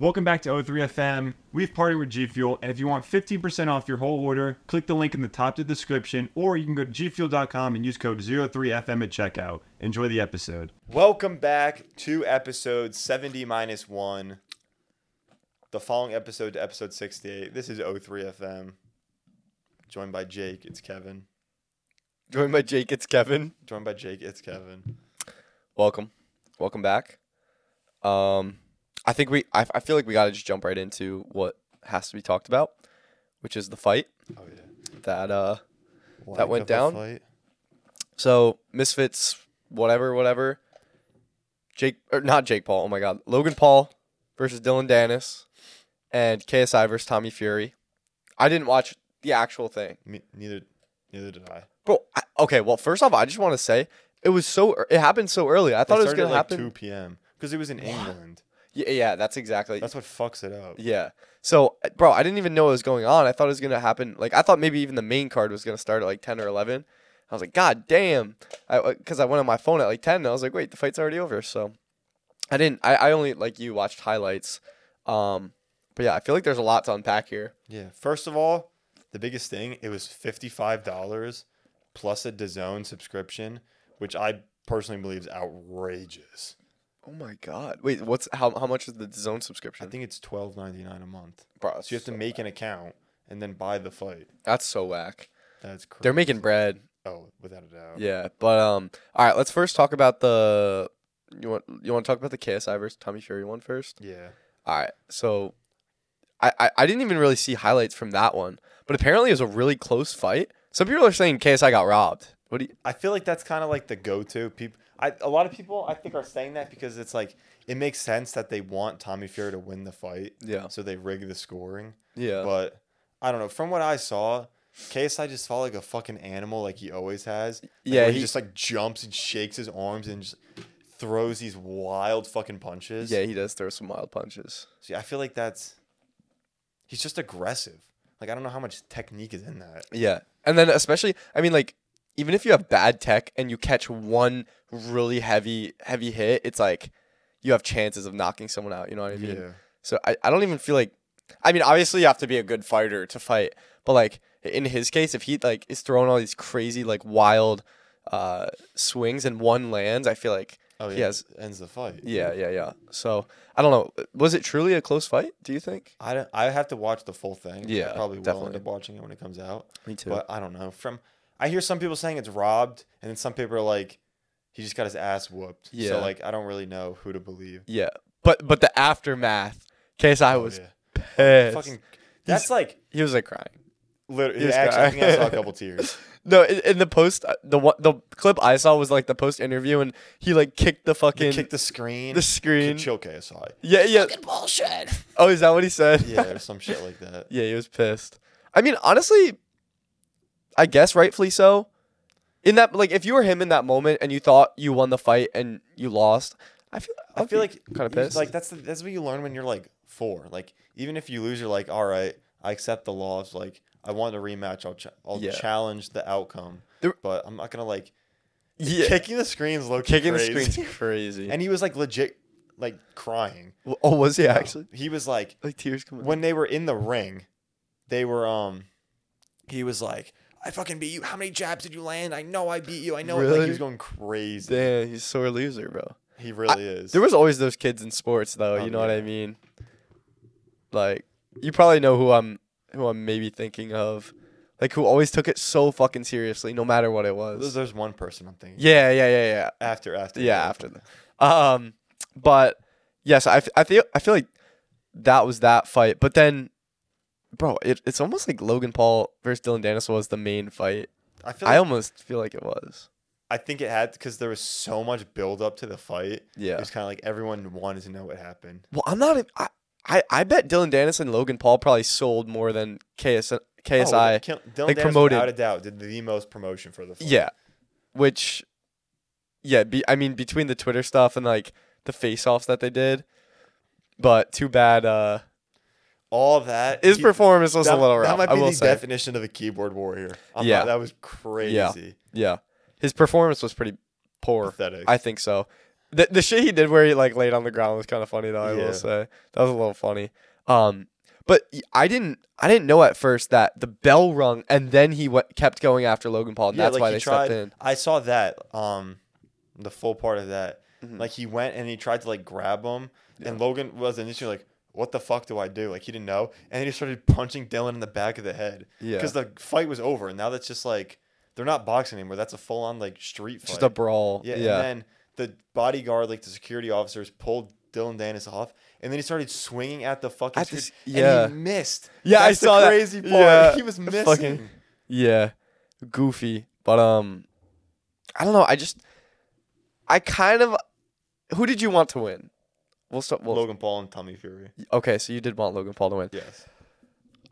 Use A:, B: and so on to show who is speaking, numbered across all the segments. A: Welcome back to O3FM. We've partnered with G Fuel, and if you want 15% off your whole order, click the link in the top of the description, or you can go to gfuel.com and use code 03FM at checkout. Enjoy the episode.
B: Welcome back to episode 70 minus 1. The following episode to episode 68. This is O3FM. Joined by Jake, it's Kevin.
C: Joined by Jake, it's Kevin.
B: Joined by Jake, it's Kevin.
C: Welcome, welcome back. Um, I think we, I, I feel like we got to just jump right into what has to be talked about, which is the fight
B: Oh, yeah.
C: that uh, That went down? so Misfits, whatever, whatever. Jake, or not Jake Paul. Oh my God, Logan Paul versus Dylan Dennis, and KSI versus Tommy Fury. I didn't watch the actual thing.
B: Me, neither, neither did I.
C: Bro, I, okay. Well, first off, I just want to say it was so. ear- It happened so early. I thought
B: They
C: it was
B: started
C: gonna
B: at like
C: happen.
B: 2 p.m. because it was in England.
C: Yeah, yeah, that's exactly.
B: That's what fucks it up.
C: Yeah. So, uh, bro, I didn't even know what was going on. I thought it was gonna happen. Like, I thought maybe even the main card was gonna start at like ten or eleven. I was like, God damn! I because I went on my phone at like ten. And I was like, wait, the fight's already over. So, I didn't. I, I only like you watched highlights. Um, but yeah, I feel like there's a lot to unpack here.
B: Yeah. First of all, the biggest thing it was fifty five dollars plus a DAZN subscription, which I personally believe is outrageous.
C: Oh my God! Wait, what's how how much is the zone subscription?
B: I think it's twelve ninety nine a month.
C: bro,
B: So you have to make an account and then buy the fight.
C: That's so whack.
B: That's crazy.
C: They're making bread.
B: Oh, without a doubt.
C: Yeah, but um, all right. Let's first talk about the. You want you want to talk about the KSI versus Tommy Fury one first?
B: Yeah.
C: All right, so I, I I didn't even really see highlights from that one, but apparently it was a really close fight. Some people are saying KSI got robbed. What do you?
B: I feel like that's kind of like the go-to people. I, a lot of people I think are saying that because it's like it makes sense that they want Tommy Fury to win the fight,
C: Yeah,
B: so they rig the scoring.
C: yeah.
B: But I don't know. From what I saw, KSI just fought like a fucking animal, like he always has. Like,
C: Yeah,
B: where he,
C: he-
B: just like jumps and shakes his arms and just throws these wild fucking punches.
C: yeah, he does throw some wild punches.
B: See, I feel like that's he's just aggressive. Like I don't know how much technique is in that.
C: Yeah, and then especially, I mean, like even if you have bad tech and you catch one really heavy heavy hit, it's like you have chances of knocking someone out. You know what I mean? So I, I don't even feel like I mean obviously you have to be a good fighter to fight, but like in his case if he like is throwing all these crazy like wild uh swings and one lands, I feel like
B: Oh yeah.
C: He has-
B: Ends the fight.
C: yeah, yeah, yeah. So I don't know. Was it truly a close fight, do you think?
B: I don't, I have to watch the full thing.
C: Yeah,
B: I probably will end
C: definitely.
B: up watching it when it comes out.
C: Me too.
B: But I don't know. From I hear some people saying it's robbed, and then some people are like, he just got his ass whooped.
C: Yeah.
B: So like I don't really know who to believe.
C: yeah. But but the aftermath, KSI
B: Oh,
C: was
B: yeah.
C: pissed.
B: fucking. That's like
C: he was like crying.
B: literally.
C: This
B: Actually, I
C: guy.
B: think I saw a couple tears.
C: No, in, in the post, uh, the one, the clip I saw was like the post interview, and he like kicked the fucking
B: They kicked the screen.
C: the screen.
B: Chill KSI.
C: Yeah, yeah.
B: bullshit.
C: Oh, is that what he said?
B: Yeah, or some shit like that.
C: Yeah, he was pissed. I mean, honestly, I guess rightfully so. In that, like, if you were him in that moment and you thought you won the fight and you lost, I feel,
B: I feel like
C: kind of
B: you-
C: pissed.
B: Like that's the, that's what you learn when you're like four. Like even if you lose, you're like, all right, I accept the laws. Like I want a rematch. I'll ch- I'll
C: Yeah.
B: challenge the outcome.
C: There-
B: but I'm not gonna like
C: yeah,
B: kicking the screens. Low
C: kicking
B: crazy.
C: the screen's crazy.
B: And he was like legit, like crying.
C: oh, was he actually?
B: He was like
C: Like tears coming.
B: when they were in the ring, they were um. He was like, I fucking beat you. How many jabs did you land? I know I beat you. I know. Like
C: Really?
B: he was going crazy.
C: Damn, he's a sore loser, bro.
B: He really is.
C: There was always those kids in sports, though.
B: Oh,
C: you know what
B: yeah.
C: I mean? Like, you probably know who I'm, who I'm maybe thinking of, like who always took it so fucking seriously, no matter what it was.
B: There's- there's one person I'm thinking.
C: yeah, yeah, yeah, yeah.
B: After after.
C: yeah after that um but yes I, f- I feel i feel like that was that fight but then bro it, it's almost like logan paul versus dylan dennis was the main fight
B: I feel.
C: i
B: Like
C: almost feel like it was
B: I think it had because there was so much build up to the fight. It
C: yeah
B: was kind of like everyone wanted to know what happened.
C: well i'm not I, I i bet dylan dennis and logan paul probably sold more than KS,
B: Oh,
C: ksi
B: Kim- Dylan
C: like,
B: Danis,
C: promoted.
B: without a doubt, did the most promotion for the fight.
C: yeah which yeah be, i mean between the twitter stuff and like the face offs that they did but too bad uh
B: all that
C: his
B: he-
C: performance was
B: that,
C: a little rough
B: That might
C: i
B: be
C: will
B: the
C: say
B: definition of a keyboard warrior. I'm
C: Yeah.
B: not- that was crazy.
C: Yeah. Yeah. His performance was pretty poor.
B: Pathetic.
C: I think so. The, the shit he did where he like laid on the ground was kind of funny though. I
B: Yeah.
C: will say that was a little funny. Um, but y- I didn't I didn't know at first that the bell rung and then he went, kept going after Logan Paul. And
B: Yeah,
C: that's
B: like
C: why
B: he
C: they
B: tried.
C: stepped in.
B: I saw that. Um, the full part of that.
C: Mhm.
B: Like he went and he tried to like grab him, and Logan was initially like, "What the fuck do I do?" Like he didn't know, and then he started punching Dylan in the back of the head.
C: Yeah.
B: Because the fight was over, and now that's just like they're not boxing anymore. That's a full on like street fight.
C: Just a brawl.
B: yeah,
C: Yeah.
B: And then the bodyguard, like the security officers, pulled Dylan Danis off, and then he started swinging at the fucking.
C: At the
B: security-
C: s- yeah.
B: And he missed.
C: Yeah, I
B: That's the
C: saw that.
B: crazy part.
C: Yeah.
B: He was missing.
C: Fucking- Yeah, goofy. But um, I don't know. I just, I kind of. Who did you want to win? We'll start. We'll,
B: Logan Paul and Tommy Fury.
C: okay, so you did want Logan Paul to win.
B: Yes.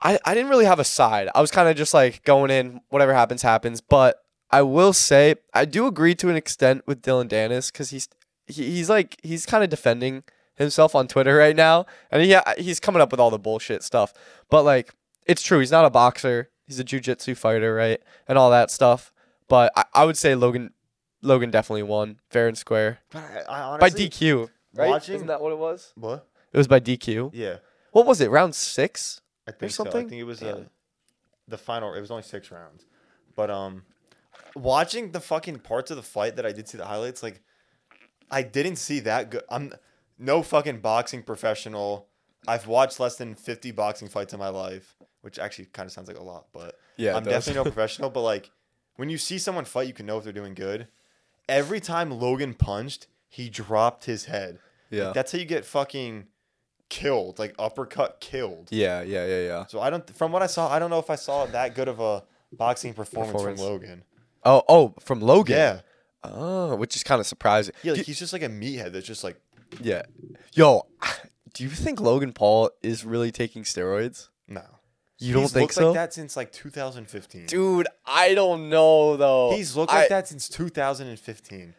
C: I, I didn't really have a side. I was kind of just like going in, whatever happens, happens. But I will say, I do agree to an extent with Dylan Danis because he's he, he's like he's kind of defending himself on Twitter right now, and he he's coming up with all the bullshit stuff. But like, it's true. He's not a boxer. He's a jujitsu fighter, right, and all that stuff. But I, I would say Logan Logan definitely won fair and square
B: But I, I honestly,
C: by DQ. Right?
B: watching-
C: Isn't that what it was?
B: What?
C: It was by DQ.
B: Yeah,
C: What was it? Round six.
B: I think So. I
C: something?
B: think it was
C: Damn.
B: uh, the final. It was only six rounds, but um, watching the fucking parts of the fight that I did see the highlights, like I didn't see that good. I'm no fucking boxing professional. I've watched less than fifty boxing fights in my life, which actually kind of sounds like a lot, but
C: Yeah, it
B: I'm
C: does.
B: definitely no professional. But like when you see someone fight, you can know if they're doing good. Every time Logan punched, he dropped his head. Like,
C: Yeah.
B: that's how you get fucking killed, like uppercut killed.
C: Yeah. Yeah. Yeah. Yeah.
B: So I don't. From what I saw, I don't know if I saw that good of a boxing performance,
C: Performance.
B: from Logan.
C: Oh, oh, from Logan.
B: Yeah,
C: Oh, which is kind of surprising.
B: yeah.
C: Do-
B: Like he's just like a meathead that's just like
C: yeah. Yo, do you think Logan Paul is really taking steroids?
B: no.
C: You don't
B: he's
C: think
B: looked
C: so?
B: Like that since like 2015.
C: Dude, I don't know though.
B: he's looked like
C: I-
B: that since 2015.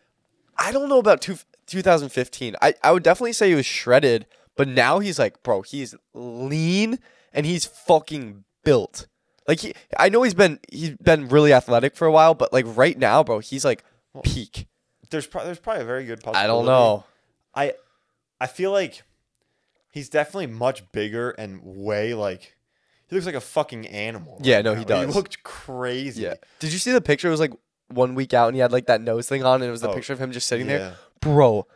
C: I don't know about two, 2015. I, I would definitely say he was shredded, but now he's like, bro, he's lean and he's fucking built. Like he, I know he's been he's been really athletic for a while, but like right now, bro, he's like peak.
B: There's pro- there's probably a very good
C: I
B: possibility.
C: don't know.
B: I I feel like he's definitely much bigger and way like he looks like a fucking animal.
C: Yeah, no, he
B: now. He
C: does.
B: looked crazy.
C: Yeah. Did you see the picture? It was like one week out and he had like that nose thing on and it was the
B: Oh,
C: picture of him just sitting there.
B: Yeah.
C: Bro,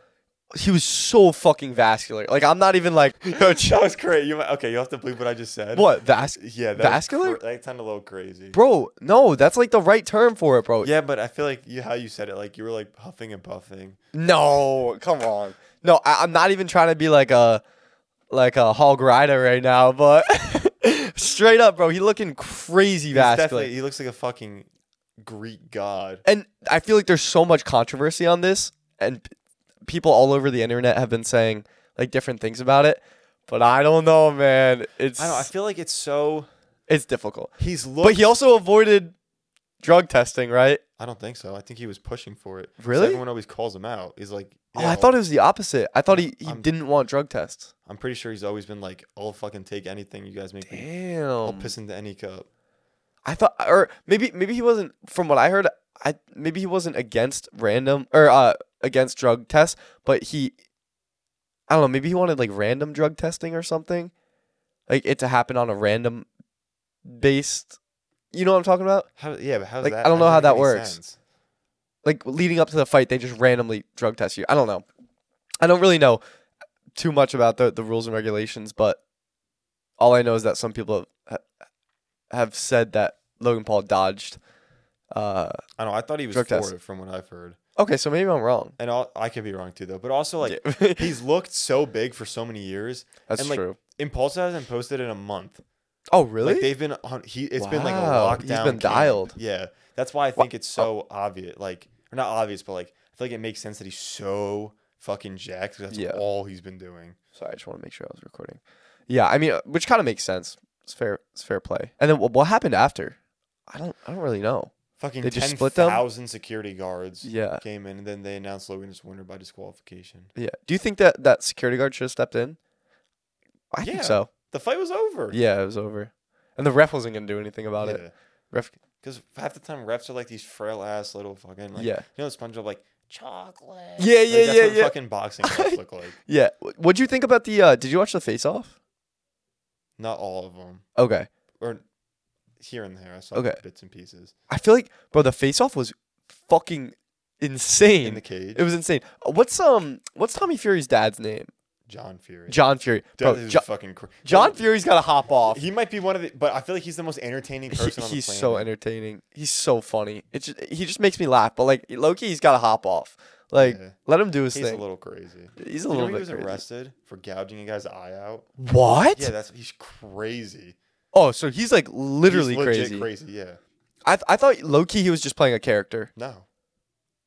C: he was so fucking vascular. Like I'm not even like yo, ch-
B: that was crazy. You might- okay? You have to believe what I just said.
C: what vas
B: Yeah, that was
C: vascular?
B: Cra- that sounded a little crazy.
C: Bro, no, that's like the right term for it, bro.
B: Yeah, but I feel like you how you said it, like you were like puffing and puffing.
C: No, come on. No, I, I'm not even trying to be like a like a hog rider right now, but straight up, bro, he looking crazy
B: He's
C: vascular.
B: definitely, he looks like a fucking Greek god.
C: and I feel like there's so much controversy on this, and p- people all over the internet have been saying like different things about it. But I don't know, man. It's
B: I don't. know, I feel like it's so.
C: it's difficult.
B: He's looked.
C: But he also avoided drug testing, right?
B: I don't think so. I think he was pushing for it. 'Cause
C: Really?
B: Everyone always calls him out. He's like.
C: oh, I thought it was the opposite. I thought he, he
B: I'm-
C: didn't want drug tests.
B: I'm pretty sure he's always been like, "I'll fucking take anything you guys make me. I'll
C: Damn.
B: piss into any cup."
C: I thought, or maybe maybe he wasn't. From what I heard, I maybe he wasn't against random or uh against drug tests, but he, I don't know. Maybe he wanted like random drug testing or something, like it to happen on a random based. You know what I'm talking about?
B: How, yeah, but how's
C: Like,
B: that?
C: I don't know
B: does
C: how that
B: make any
C: works.
B: sense?
C: Like leading up to the fight, they just randomly drug test you. I don't know. I don't really know too much about the the rules and regulations, but all I know is that some people have, have said that Logan Paul dodged. Uh,
B: I don't know. I thought he was
C: Drug
B: for
C: test.
B: it from what I've heard,
C: Okay, so maybe I'm wrong.
B: and all, I could be wrong too, though. But also, like,
C: Yeah.
B: he's looked so big for so many years.
C: That's
B: and, like,
C: true.
B: Impulse hasn't posted in a month.
C: Oh, really?
B: Like they've been on. He it's been like a
C: Wow,
B: lockdown.
C: he's been
B: camp.
C: dialed.
B: Yeah, that's why I think it's so obvious. Like, or not obvious, but like I feel like it makes sense that he's so fucking jacked. 'cause that's
C: Yeah.
B: all he's been doing.
C: Sorry, I just want to make sure I was recording. Yeah, I mean, uh, which kind of makes sense. It's fair. It's fair play. And then wh- what happened after? I don't. I don't really know.
B: Fucking
C: They just
B: ten
C: split them?
B: thousand security guards
C: Yeah.
B: came in, and then they announced Logan as winner by disqualification.
C: Yeah. Do you think that that security guard should have stepped in? I
B: Yeah.
C: think so.
B: The fight was over.
C: Yeah, it was over. And the ref wasn't gonna do anything about it. Ref.
B: Because half the time refs are like these frail ass little fucking like
C: Yeah.
B: you know SpongeBob like
D: chocolate.
C: Yeah,
B: Like,
C: yeah,
B: that's
C: yeah,
B: what
C: yeah.
B: fucking boxing fights look like.
C: yeah. Wh- What'd you think about the? uh Did you watch the Face Off?
B: Not all of them,
C: Okay.
B: or here and there. I saw
C: Okay.
B: bits and pieces
C: I feel like, bro, the Face Off was fucking insane.
B: in the cage.
C: it was insane. Uh, What's um? What's Tommy Fury's dad's name?
B: John Fury.
C: John Fury.
B: That
C: Bro,
B: is
C: Jo-
B: fucking cr-
C: John Fury's got to hop off.
B: He might be one of the, but I feel like he's the most entertaining
C: He-
B: person on the
C: he's
B: planet.
C: so entertaining. He's so funny. It just, he just makes me laugh. But like Loki, he's got to hop off. Like
B: Yeah.
C: let him do his
B: He's
C: thing.
B: a little crazy.
C: he's a
B: You know
C: little
B: he
C: bit
B: was
C: crazy.
B: arrested for gouging a guy's eye out.
C: What?
B: Yeah, that's he's crazy.
C: oh, so he's like literally
B: he's legit
C: crazy.
B: Crazy, yeah.
C: I th- I thought Loki he was just playing a character.
B: No,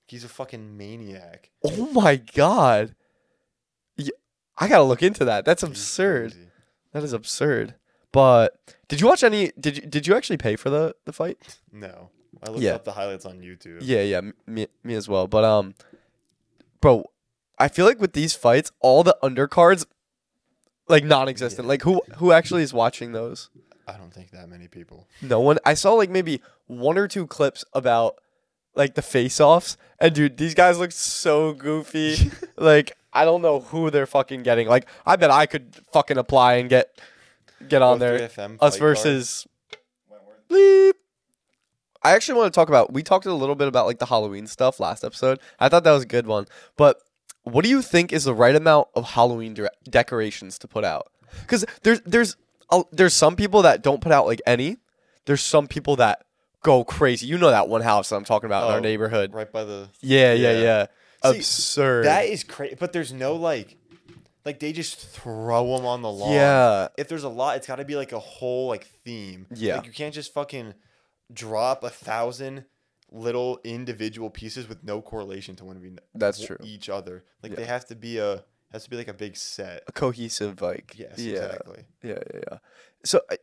B: he's a fucking maniac.
C: Oh my god. Y- I gotta look into that. That's
B: He's
C: absurd.
B: crazy.
C: That is absurd. But did you watch any? Did you did you actually pay for the the fight?
B: No, I looked
C: Yeah.
B: up the highlights on YouTube.
C: Yeah, yeah, m- me, me as well. But um, bro, I feel like with these fights, all the undercards, like non-existent.
B: Yeah.
C: Like who who actually is watching those?
B: I don't think that many people.
C: No one. I saw like maybe one or two clips about like the face-offs, and dude, these guys look so goofy. like I don't know who they're fucking getting. Like I bet I could fucking apply and get get on
B: Or
C: there.
B: 3FM
C: Us
B: fight card.
C: versus Bleep. I actually want to talk about. We talked a little bit about like the Halloween stuff last episode. I thought that was a good one. But what do you think is the right amount of Halloween de- decorations to put out? Because there's there's a there's some people that don't put out like any. There's some people that go crazy. You know that one house that I'm talking about in
B: Oh,
C: our neighborhood.
B: right by the
C: Yeah, yeah,
B: Yeah.
C: yeah.
B: See,
C: Absurd.
B: That is crazy, but there's no like, like they just throw them on the lawn.
C: Yeah.
B: If there's a lot, it's got to be like a whole like theme.
C: Yeah.
B: Like you can't just fucking drop a thousand little individual pieces with no correlation to one of e-
C: That's true.
B: each other. Like they have to be a has to be like a big set.
C: a cohesive like.
B: Yes,
C: yeah,
B: exactly.
C: yeah, yeah, yeah. So I,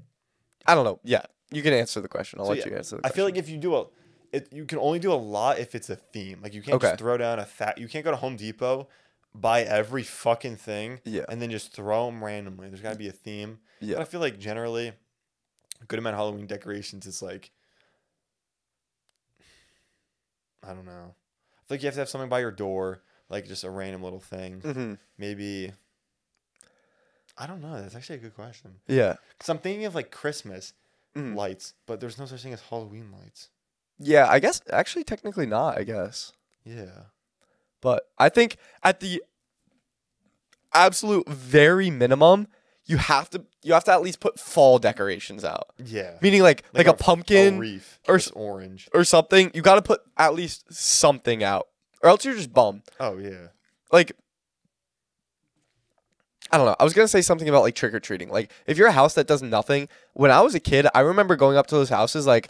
C: I don't know. Yeah, you can answer the question. I'll
B: So,
C: let
B: yeah,
C: you answer the
B: I
C: question.
B: feel like if you do a, it, you can only do a lot if it's a theme. Like you can't
C: Okay.
B: just throw down a fat. You can't go to Home Depot, buy every fucking thing,
C: Yeah.
B: and then just throw them randomly. There's got to be a theme.
C: Yeah.
B: But I feel like generally, a good amount of Halloween decorations is like, I don't know. I feel like you have to have something by your door, like just a random little thing.
C: Mm-hmm.
B: Maybe. I don't know. That's actually a good question.
C: Yeah.
B: Because I'm thinking of like Christmas
C: Mhm.
B: lights, but there's no such thing as Halloween lights.
C: Yeah, I guess actually technically not, I guess.
B: Yeah.
C: But I think at the absolute very minimum, you have to you have to at least put fall decorations out.
B: Yeah.
C: Meaning like like, a,
B: a
C: pumpkin
B: wreath,
C: or
B: or
C: s-
B: orange.
C: or something. You got to put at least something out. Or else you're just bummed.
B: Oh yeah.
C: like I don't know. I was gonna say something about like trick or treating. Like if you're a house that does nothing, when I was a kid, I remember going up to those houses like,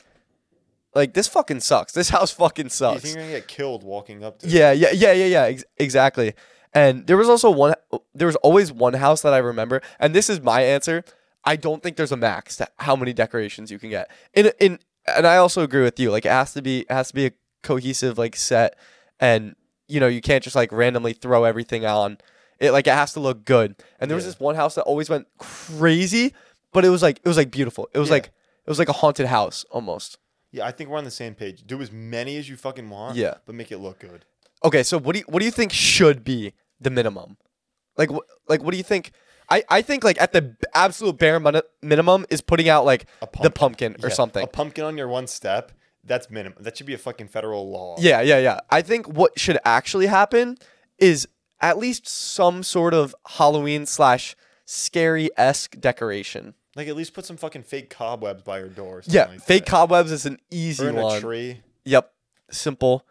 C: like this fucking sucks. This house fucking
B: You
C: sucks.
B: think you're gonna get killed walking up to?
C: Yeah, yeah, yeah, yeah, yeah. Ex- exactly. And there was also one. There was always one house that I remember, and this is my answer. I don't think there's a max to how many decorations you can get. In in and I also agree with you. Like it has to be it has to be a cohesive like set, and you know you can't just like randomly throw everything on. It like it has to look good. And there was
B: Yeah.
C: this one house that always went crazy, but it was like it was like beautiful. It was
B: Yeah.
C: like it was like a haunted house almost.
B: Yeah, I think we're on the same page. Do as many as you fucking want.
C: Yeah.
B: But make it look good.
C: Okay, so what do you what do you think should be the minimum? Like wh- like what do you think? I, I think like at the b- absolute bare min- minimum is putting out like the
B: A pumpkin.
C: pumpkin or
B: Yeah,
C: something.
B: A pumpkin on your one step. That's minimum. That should be a fucking federal law.
C: yeah, yeah, yeah. I think what should actually happen is at least some sort of Halloween slash scary esque decoration.
B: Like at least put some fucking fake cobwebs by your door. Or something
C: Yeah,
B: like
C: fake
B: that.
C: cobwebs is an easy
B: Or in
C: one.
B: a tree.
C: Yep, simple.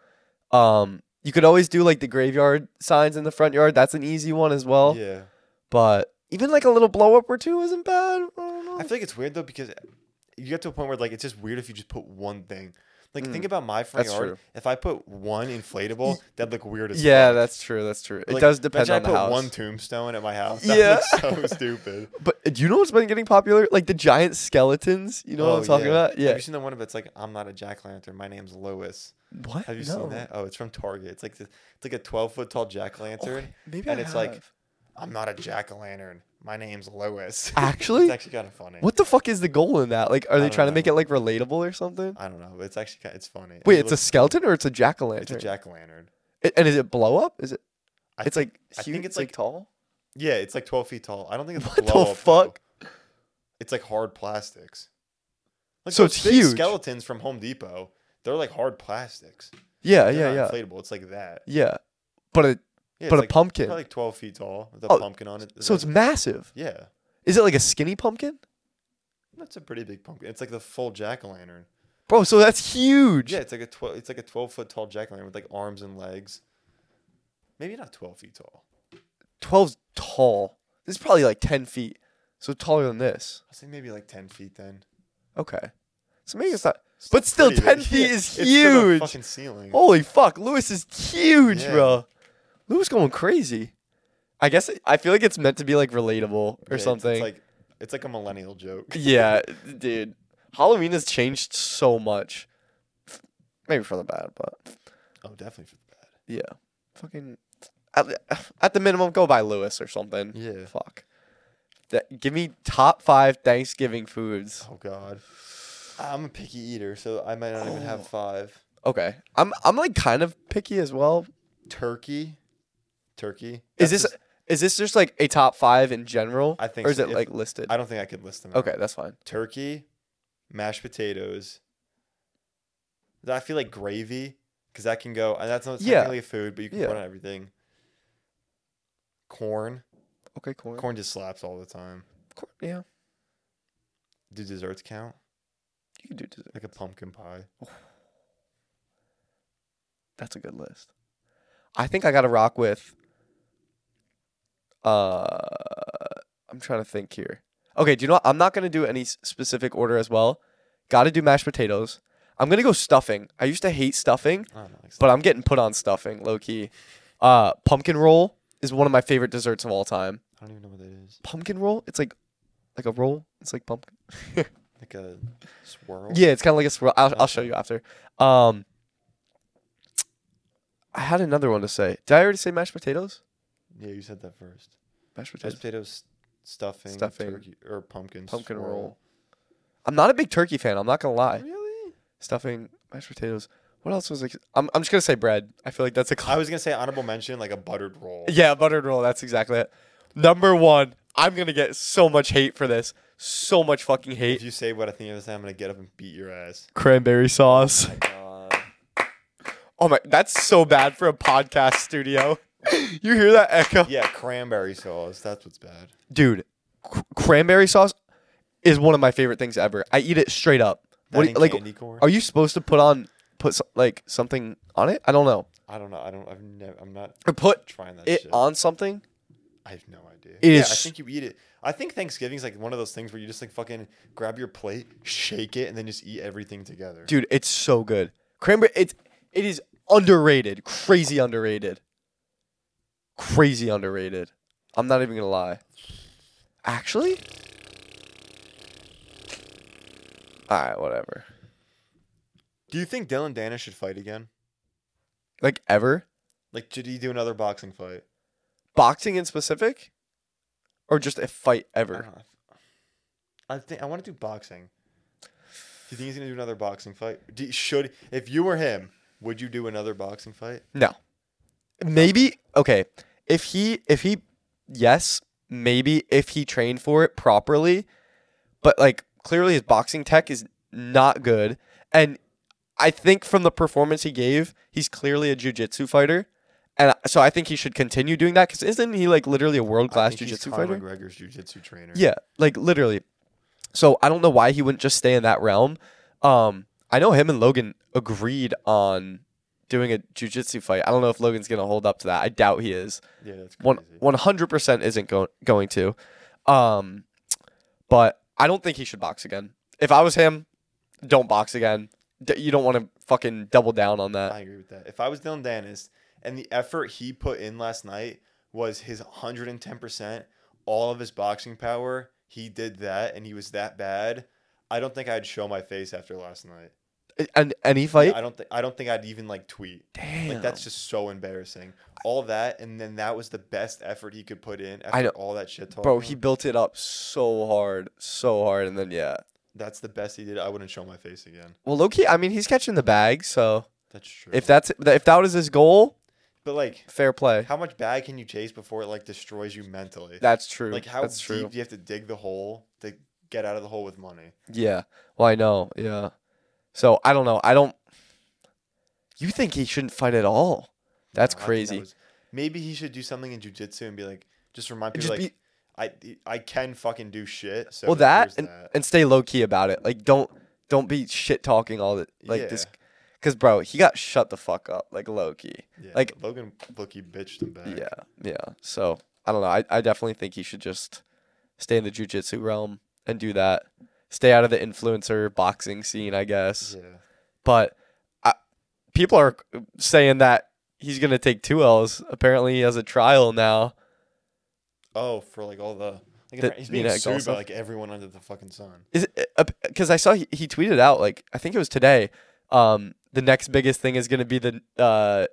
C: Um, you could always do like the graveyard signs in the front yard. That's an easy one as well.
B: Yeah.
C: but even like a little blow up or two isn't bad. I don't know.
B: I feel like it's weird though because you get to a point where like it's just weird if you just put one thing. Like think about my front
C: Mm, that's
B: yard.
C: true.
B: If I put one inflatable, that'd look weird as
C: yeah,
B: fuck.
C: that's true. That's true. It
B: Like,
C: does depend
B: imagine
C: on the
B: I put
C: house.
B: One tombstone at my house. That
C: Yeah.
B: looks so stupid.
C: but uh, do you know what's been getting popular? Like the giant skeletons. You know what I'm talking about?
B: Oh, Have
C: Oh, Yeah.
B: you seen the one that's like, I'm not a jack lantern. My name's Lois.
C: what?
B: Have you
C: No.
B: seen that? Oh, it's from Target. It's like the, it's like a 12 foot tall jack lantern.
C: Maybe
B: and
C: I
B: it's like,
C: have.
B: I'm not a jack o' lantern. My name's Lois.
C: Actually?
B: it's actually kind of funny.
C: What the fuck is the goal in that? Like, are they
B: don't
C: trying to make
B: know.
C: it like relatable or something?
B: I don't know. But it's actually kind it's funny.
C: Wait, it's a
B: looks-
C: skeleton or it's a jack o'
B: it's a
C: lantern?
B: jack o' lantern.
C: It, and is it blow up? Is it?
B: I
C: it's like
B: I
C: huge,
B: think it's like-
C: tall.
B: Yeah, it's like 12 feet tall. I don't think it's
C: What the
B: blow up,
C: fuck?
B: though. It's like hard plastics. Like
C: So
B: those
C: it's
B: big
C: huge.
B: Skeletons from Home Depot. They're like hard plastics.
C: Yeah,
B: They're
C: Uh, yeah,
B: not
C: yeah,
B: Inflatable. It's like that.
C: yeah. But it,
B: Yeah,
C: but a
B: it's like,
C: pumpkin.
B: Probably like 12 feet tall. with a
C: Oh,
B: pumpkin on it.
C: so it's massive.
B: yeah.
C: Is it like a skinny pumpkin,
B: That's a pretty big pumpkin. It's like the full jack o' lantern.
C: bro? So that's huge.
B: Yeah, it's like a twelve. It's like a twelve foot tall jack o' lantern with like arms and legs. Maybe not twelve feet tall.
C: Twelve's tall. This is probably like ten feet. So taller than this.
B: I'll say maybe like ten feet then.
C: Okay. So maybe it's not.
B: It's
C: But still,
B: pretty
C: 10
B: big.
C: feet
B: Yeah,
C: is
B: it's to the
C: huge. Oh,
B: fucking ceiling.
C: Holy fuck, Lewis is huge,
B: Yeah.
C: bro. Lewis going crazy. I guess it- I feel like it's meant to be like relatable or
B: Yeah, it's-
C: something.
B: It's like it's like a millennial joke.
C: yeah, dude. Halloween has changed so much. Maybe for the bad, but
B: Oh, definitely for the bad.
C: yeah. Fucking at, at the minimum go buy Lewis or something.
B: Yeah.
C: Fuck. That, give me top 5 Thanksgiving foods.
B: Oh God. Ah, I'm a picky eater, so I might not even
C: Oh.
B: have five.
C: Okay. I'm I'm like kind of picky as well.
B: Turkey. Turkey.
C: Is
B: That's
C: this
B: just-
C: is this just like a top 5 in general?
B: I think
C: or is
B: so.
C: it
B: If-
C: like listed?
B: I don't think I could list them. out.
C: Okay, that's fine.
B: turkey, mashed potatoes. I feel like gravy because that can go. And that's not
C: Yeah.
B: technically a food, but you can
C: Yeah.
B: put on everything. Corn,
C: Okay, corn.
B: corn just slaps all the time.
C: Corn, yeah,
B: Do desserts count?
C: you can do dessert.
B: Like a pumpkin pie.
C: That's a good list. I think I gotta rock with. Uh, I'm trying to think here. Okay, do you know what? I'm not gonna do any s- specific order as well. Gotta do mashed potatoes. I'm gonna go stuffing. I used to hate stuffing,
B: I don't know. Like
C: but I'm getting put on stuffing, low key. Uh, pumpkin roll is one of my favorite desserts of all time.
B: I don't even know what that is.
C: Pumpkin roll? It's like, like a roll. It's like pumpkin.
B: Like a swirl.
C: Yeah, it's kind of like a swirl. I'll, I'll show
B: Okay.
C: you after. Um, I had another one to say. Did I already say mashed potatoes?
B: Yeah, you said that first.
C: Mashed
B: Mashed
C: potatoes,
B: potatoes, stuffing,
C: Stuffing.
B: turkey, or pumpkin.
C: pumpkin
B: swirl.
C: roll. I'm not a big turkey fan. I'm not gonna lie.
B: Really?
C: Stuffing, mashed potatoes. What else was? Ex- I'm I'm just gonna say bread. I feel like that's a.
B: I
C: Cl-
B: was gonna say honorable mention, like a buttered roll.
C: yeah, buttered roll. That's exactly it. Number one. I'm gonna get so much hate for this. So much fucking
B: If
C: hate.
B: you say what I think of this, I'm gonna get up and beat your ass.
C: Cranberry sauce. Oh my, that's so bad for a podcast studio. you hear that echo?
B: Yeah, cranberry sauce. That's what's bad.
C: dude, cr- cranberry sauce is one of my favorite things ever. I eat it straight up. What
B: That
C: do you,
B: and
C: like?
B: candy corn?
C: Are you supposed to put on put so, like something on it? I don't know.
B: I don't know. I don't. I've never. I'm not
C: Or put
B: trying that
C: it
B: shit.
C: on something.
B: I have no idea.
C: It
B: yeah, I
C: is-
B: think you eat it. I think Thanksgiving's like one of those things where you just like fucking grab your plate, shake it, and then just eat everything together.
C: Dude, it's so good. Cranberry, it's it is underrated. Crazy underrated. Crazy underrated. I'm not even gonna lie. Actually, all right, whatever.
B: do you think Dylan Danis should fight again?
C: Like ever
B: Like, should he do another boxing fight?
C: boxing in specific, or just a fight
B: I
C: ever.
B: don't know. I think I want to do boxing. Do you think he's gonna do another boxing fight? Do, should if you were him, would you do another boxing fight?
C: No. Maybe okay. If he if he yes, maybe if he trained for it properly, but like clearly his boxing tech is not good and I think from the performance he gave, he's clearly a jiu-jitsu fighter. And I- so I think he should continue doing that cuz isn't he like literally a
B: I
C: world-class
B: think he's
C: jiu-jitsu
B: Conor
C: fighter?
B: McGregor's jiu-jitsu trainer.
C: Yeah, like literally. So I don't know why he wouldn't just stay in that realm. Um, I know him and Logan agreed on doing a jujitsu fight. I don't know if Logan's gonna hold up to that. I doubt he is.
B: yeah, that's crazy.
C: One one hundred percent isn't going going to. Um, but I don't think he should box again. If I was him, don't box again. D- you don't want to fucking double down on that.
B: I agree with that. If I was Dylan Danis and the effort he put in last night was his 110%, all of his boxing power, he did that and he was that bad. I don't think I'd show my face after last night.
C: and any fight,
B: I don't think I don't think I'd even like tweet.
C: damn,
B: Like that's just so embarrassing. All that and then that was the best effort he could put in after
C: know.
B: all that shit talk.
C: bro. He built it up so hard, so hard, and then yeah.
B: that's the best he did. I wouldn't show my face again.
C: Well, Loki, I mean, he's catching the bag, so
B: That's true.
C: if that's if that was his goal,
B: But like,
C: Fair play.
B: how much bad can you chase before it like destroys you mentally?
C: That's true.
B: like, how
C: That's
B: deep
C: true.
B: do you have to dig the hole to get out of the hole with money?
C: Yeah. Well, I know. Yeah. So I don't know. I don't. You think he shouldn't fight at all? That's
B: I think that
C: crazy.
B: was- maybe he should do something in jujitsu and be like, just remind
C: And
B: people
C: just
B: like, I I can fucking do shit. So
C: well, that
B: here's
C: and, and stay low key about it. Like, don't don't be shit talking all that. Like this, because bro, he got shut the fuck up. Like low key.
B: Yeah,
C: like-
B: Logan Bookie bitched him back.
C: Yeah. Yeah. So I don't know. I I definitely think he should just stay in the jujitsu realm and do that. Stay out of the influencer boxing scene, I guess.
B: Yeah.
C: But I, people are saying that he's gonna take two L's. Apparently, he has a trial now.
B: Oh, for like all the like
C: The-
B: he's
C: the
B: being
C: next
B: sued
C: also.
B: by like everyone under the fucking sun.
C: Is because I saw he, he tweeted out like I think it was today. Um, the next biggest thing is gonna be the uh,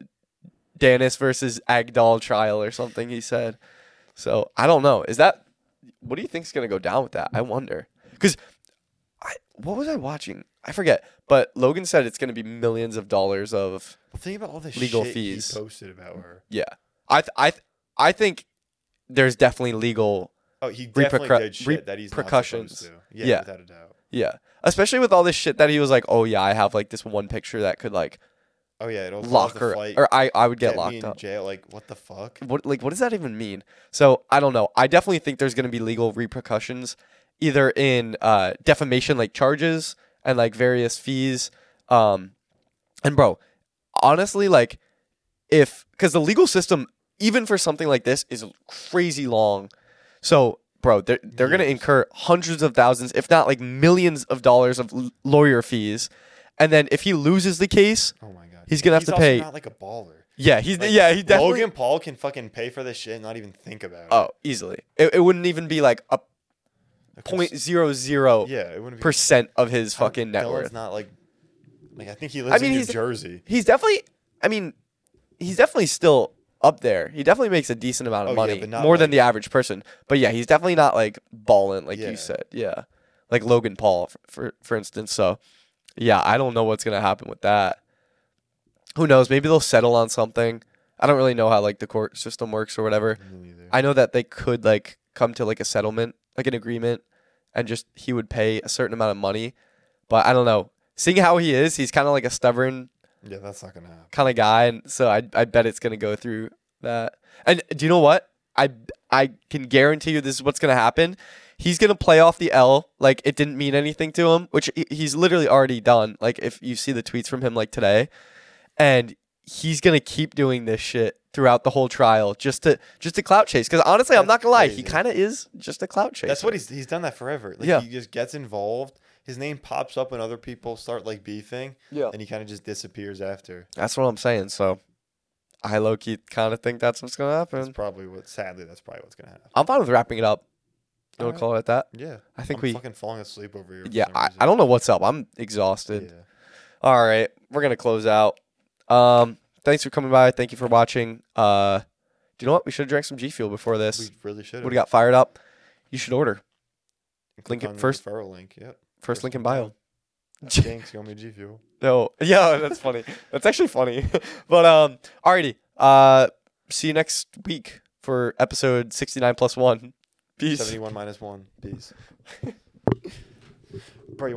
C: Danis versus Agdal trial or something. He said. So I don't know. Is that what do you think's gonna go down with that? I wonder. Because I what was I watching? I forget. But Logan said it's gonna be millions of dollars of
B: Well, think about all the
C: Legal
B: shit
C: fees.
B: he posted about her.
C: Yeah, I th- I th- I think there's definitely legal.
B: Oh, he definitely
C: Repercu-
B: did shit that he's
C: repercussions.
B: not supposed to. Yeah,
C: Yeah.
B: without a doubt.
C: Yeah, especially with all this shit that he was like, oh yeah, I have like this one picture that could like
B: Oh yeah, it'll cause
C: lock
B: the
C: her,
B: fight,
C: or I I would get,
B: get me
C: locked
B: in
C: up.
B: Jail, like what the fuck?
C: What like what does that even mean? So I don't know. I definitely think there's gonna be legal repercussions, either in uh, defamation like charges and like various fees. Um, and bro, honestly, like if because the legal system, even for something like this, is crazy long. So, bro, they're they're gonna
B: Yes.
C: incur hundreds of thousands, if not like millions of dollars of l- lawyer fees. And then if he loses the case,
B: Oh my god,
C: He's gonna have
B: he's
C: to
B: also
C: pay-
B: Not like a baller.
C: yeah, he's
B: Like,
C: yeah he definitely
B: Logan Paul can fucking pay for this shit and not even think about
C: oh easily. It, it wouldn't even be like a
B: it. Of course-
C: point zero zero
B: Yeah, it wouldn't be.
C: percent of his
B: how-
C: fucking net
B: Dylan's
C: worth.
B: Not like, like I think he lives
C: mean,
B: in New
C: he's-
B: Jersey.
C: He's definitely. I mean, he's definitely still up there. He definitely makes a decent amount of
B: Oh, yeah,
C: money,
B: but not
C: more than
B: like-
C: the average person. But yeah, he's definitely not like balling like
B: Yeah.
C: you said. Yeah, like Logan Paul for, for for instance. So yeah, I don't know what's gonna happen with that. Who knows? Maybe they'll settle on something. I don't really know how like the court system works or whatever.
B: Me neither.
C: I know that they could like come to like a settlement, like an agreement, and just he would pay a certain amount of money. But I don't know. Seeing how he is, he's kind of like a stubborn
B: yeah, that's not gonna happen.
C: kind of guy, and so I I bet it's gonna go through that. And do you know what? I I can guarantee you this is what's gonna happen. He's gonna play off the L like it didn't mean anything to him, which he- he's literally already done. Like if you see the tweets from him like today, and he's gonna keep doing this shit throughout the whole trial just to just to clout chase. Because honestly, I'm not
B: That's
C: gonna lie, he
B: crazy.
C: kind of is just a clout chase.
B: That's what he's he's done that forever. Like
C: Yeah.
B: he just gets involved. His name pops up when other people start like beefing,
C: yeah.
B: and he kind of just disappears after.
C: That's what I'm saying. So I low key kind of think that's what's gonna
B: That's
C: happen.
B: probably what. Sadly, that's probably what's gonna happen.
C: I'm fine with wrapping it up. You want
B: Alright.
C: to call it that?
B: Yeah,
C: I think
B: I'm
C: we
B: fucking falling asleep over here. for
C: Yeah,
B: some
C: I,
B: reason.
C: I don't know what's up. I'm exhausted.
B: Yeah.
C: All right, we're gonna close out. Um, thanks for coming by. Thank you for watching. Uh, do you know what? We should have drank some G Fuel before
B: We
C: this.
B: really should.
C: Would have got fired up. You should order
B: Click
C: link it
B: on the
C: first-
B: Referral link. Yep.
C: first link in
B: one down.
C: bio.
B: Thanks. You owe me G Fuel.
C: no, yeah, that's funny. That's actually funny. but um, alrighty. Uh, see you next week for episode sixty nine plus one. Peace.
B: Seventy-one minus one. Peace. Bro, you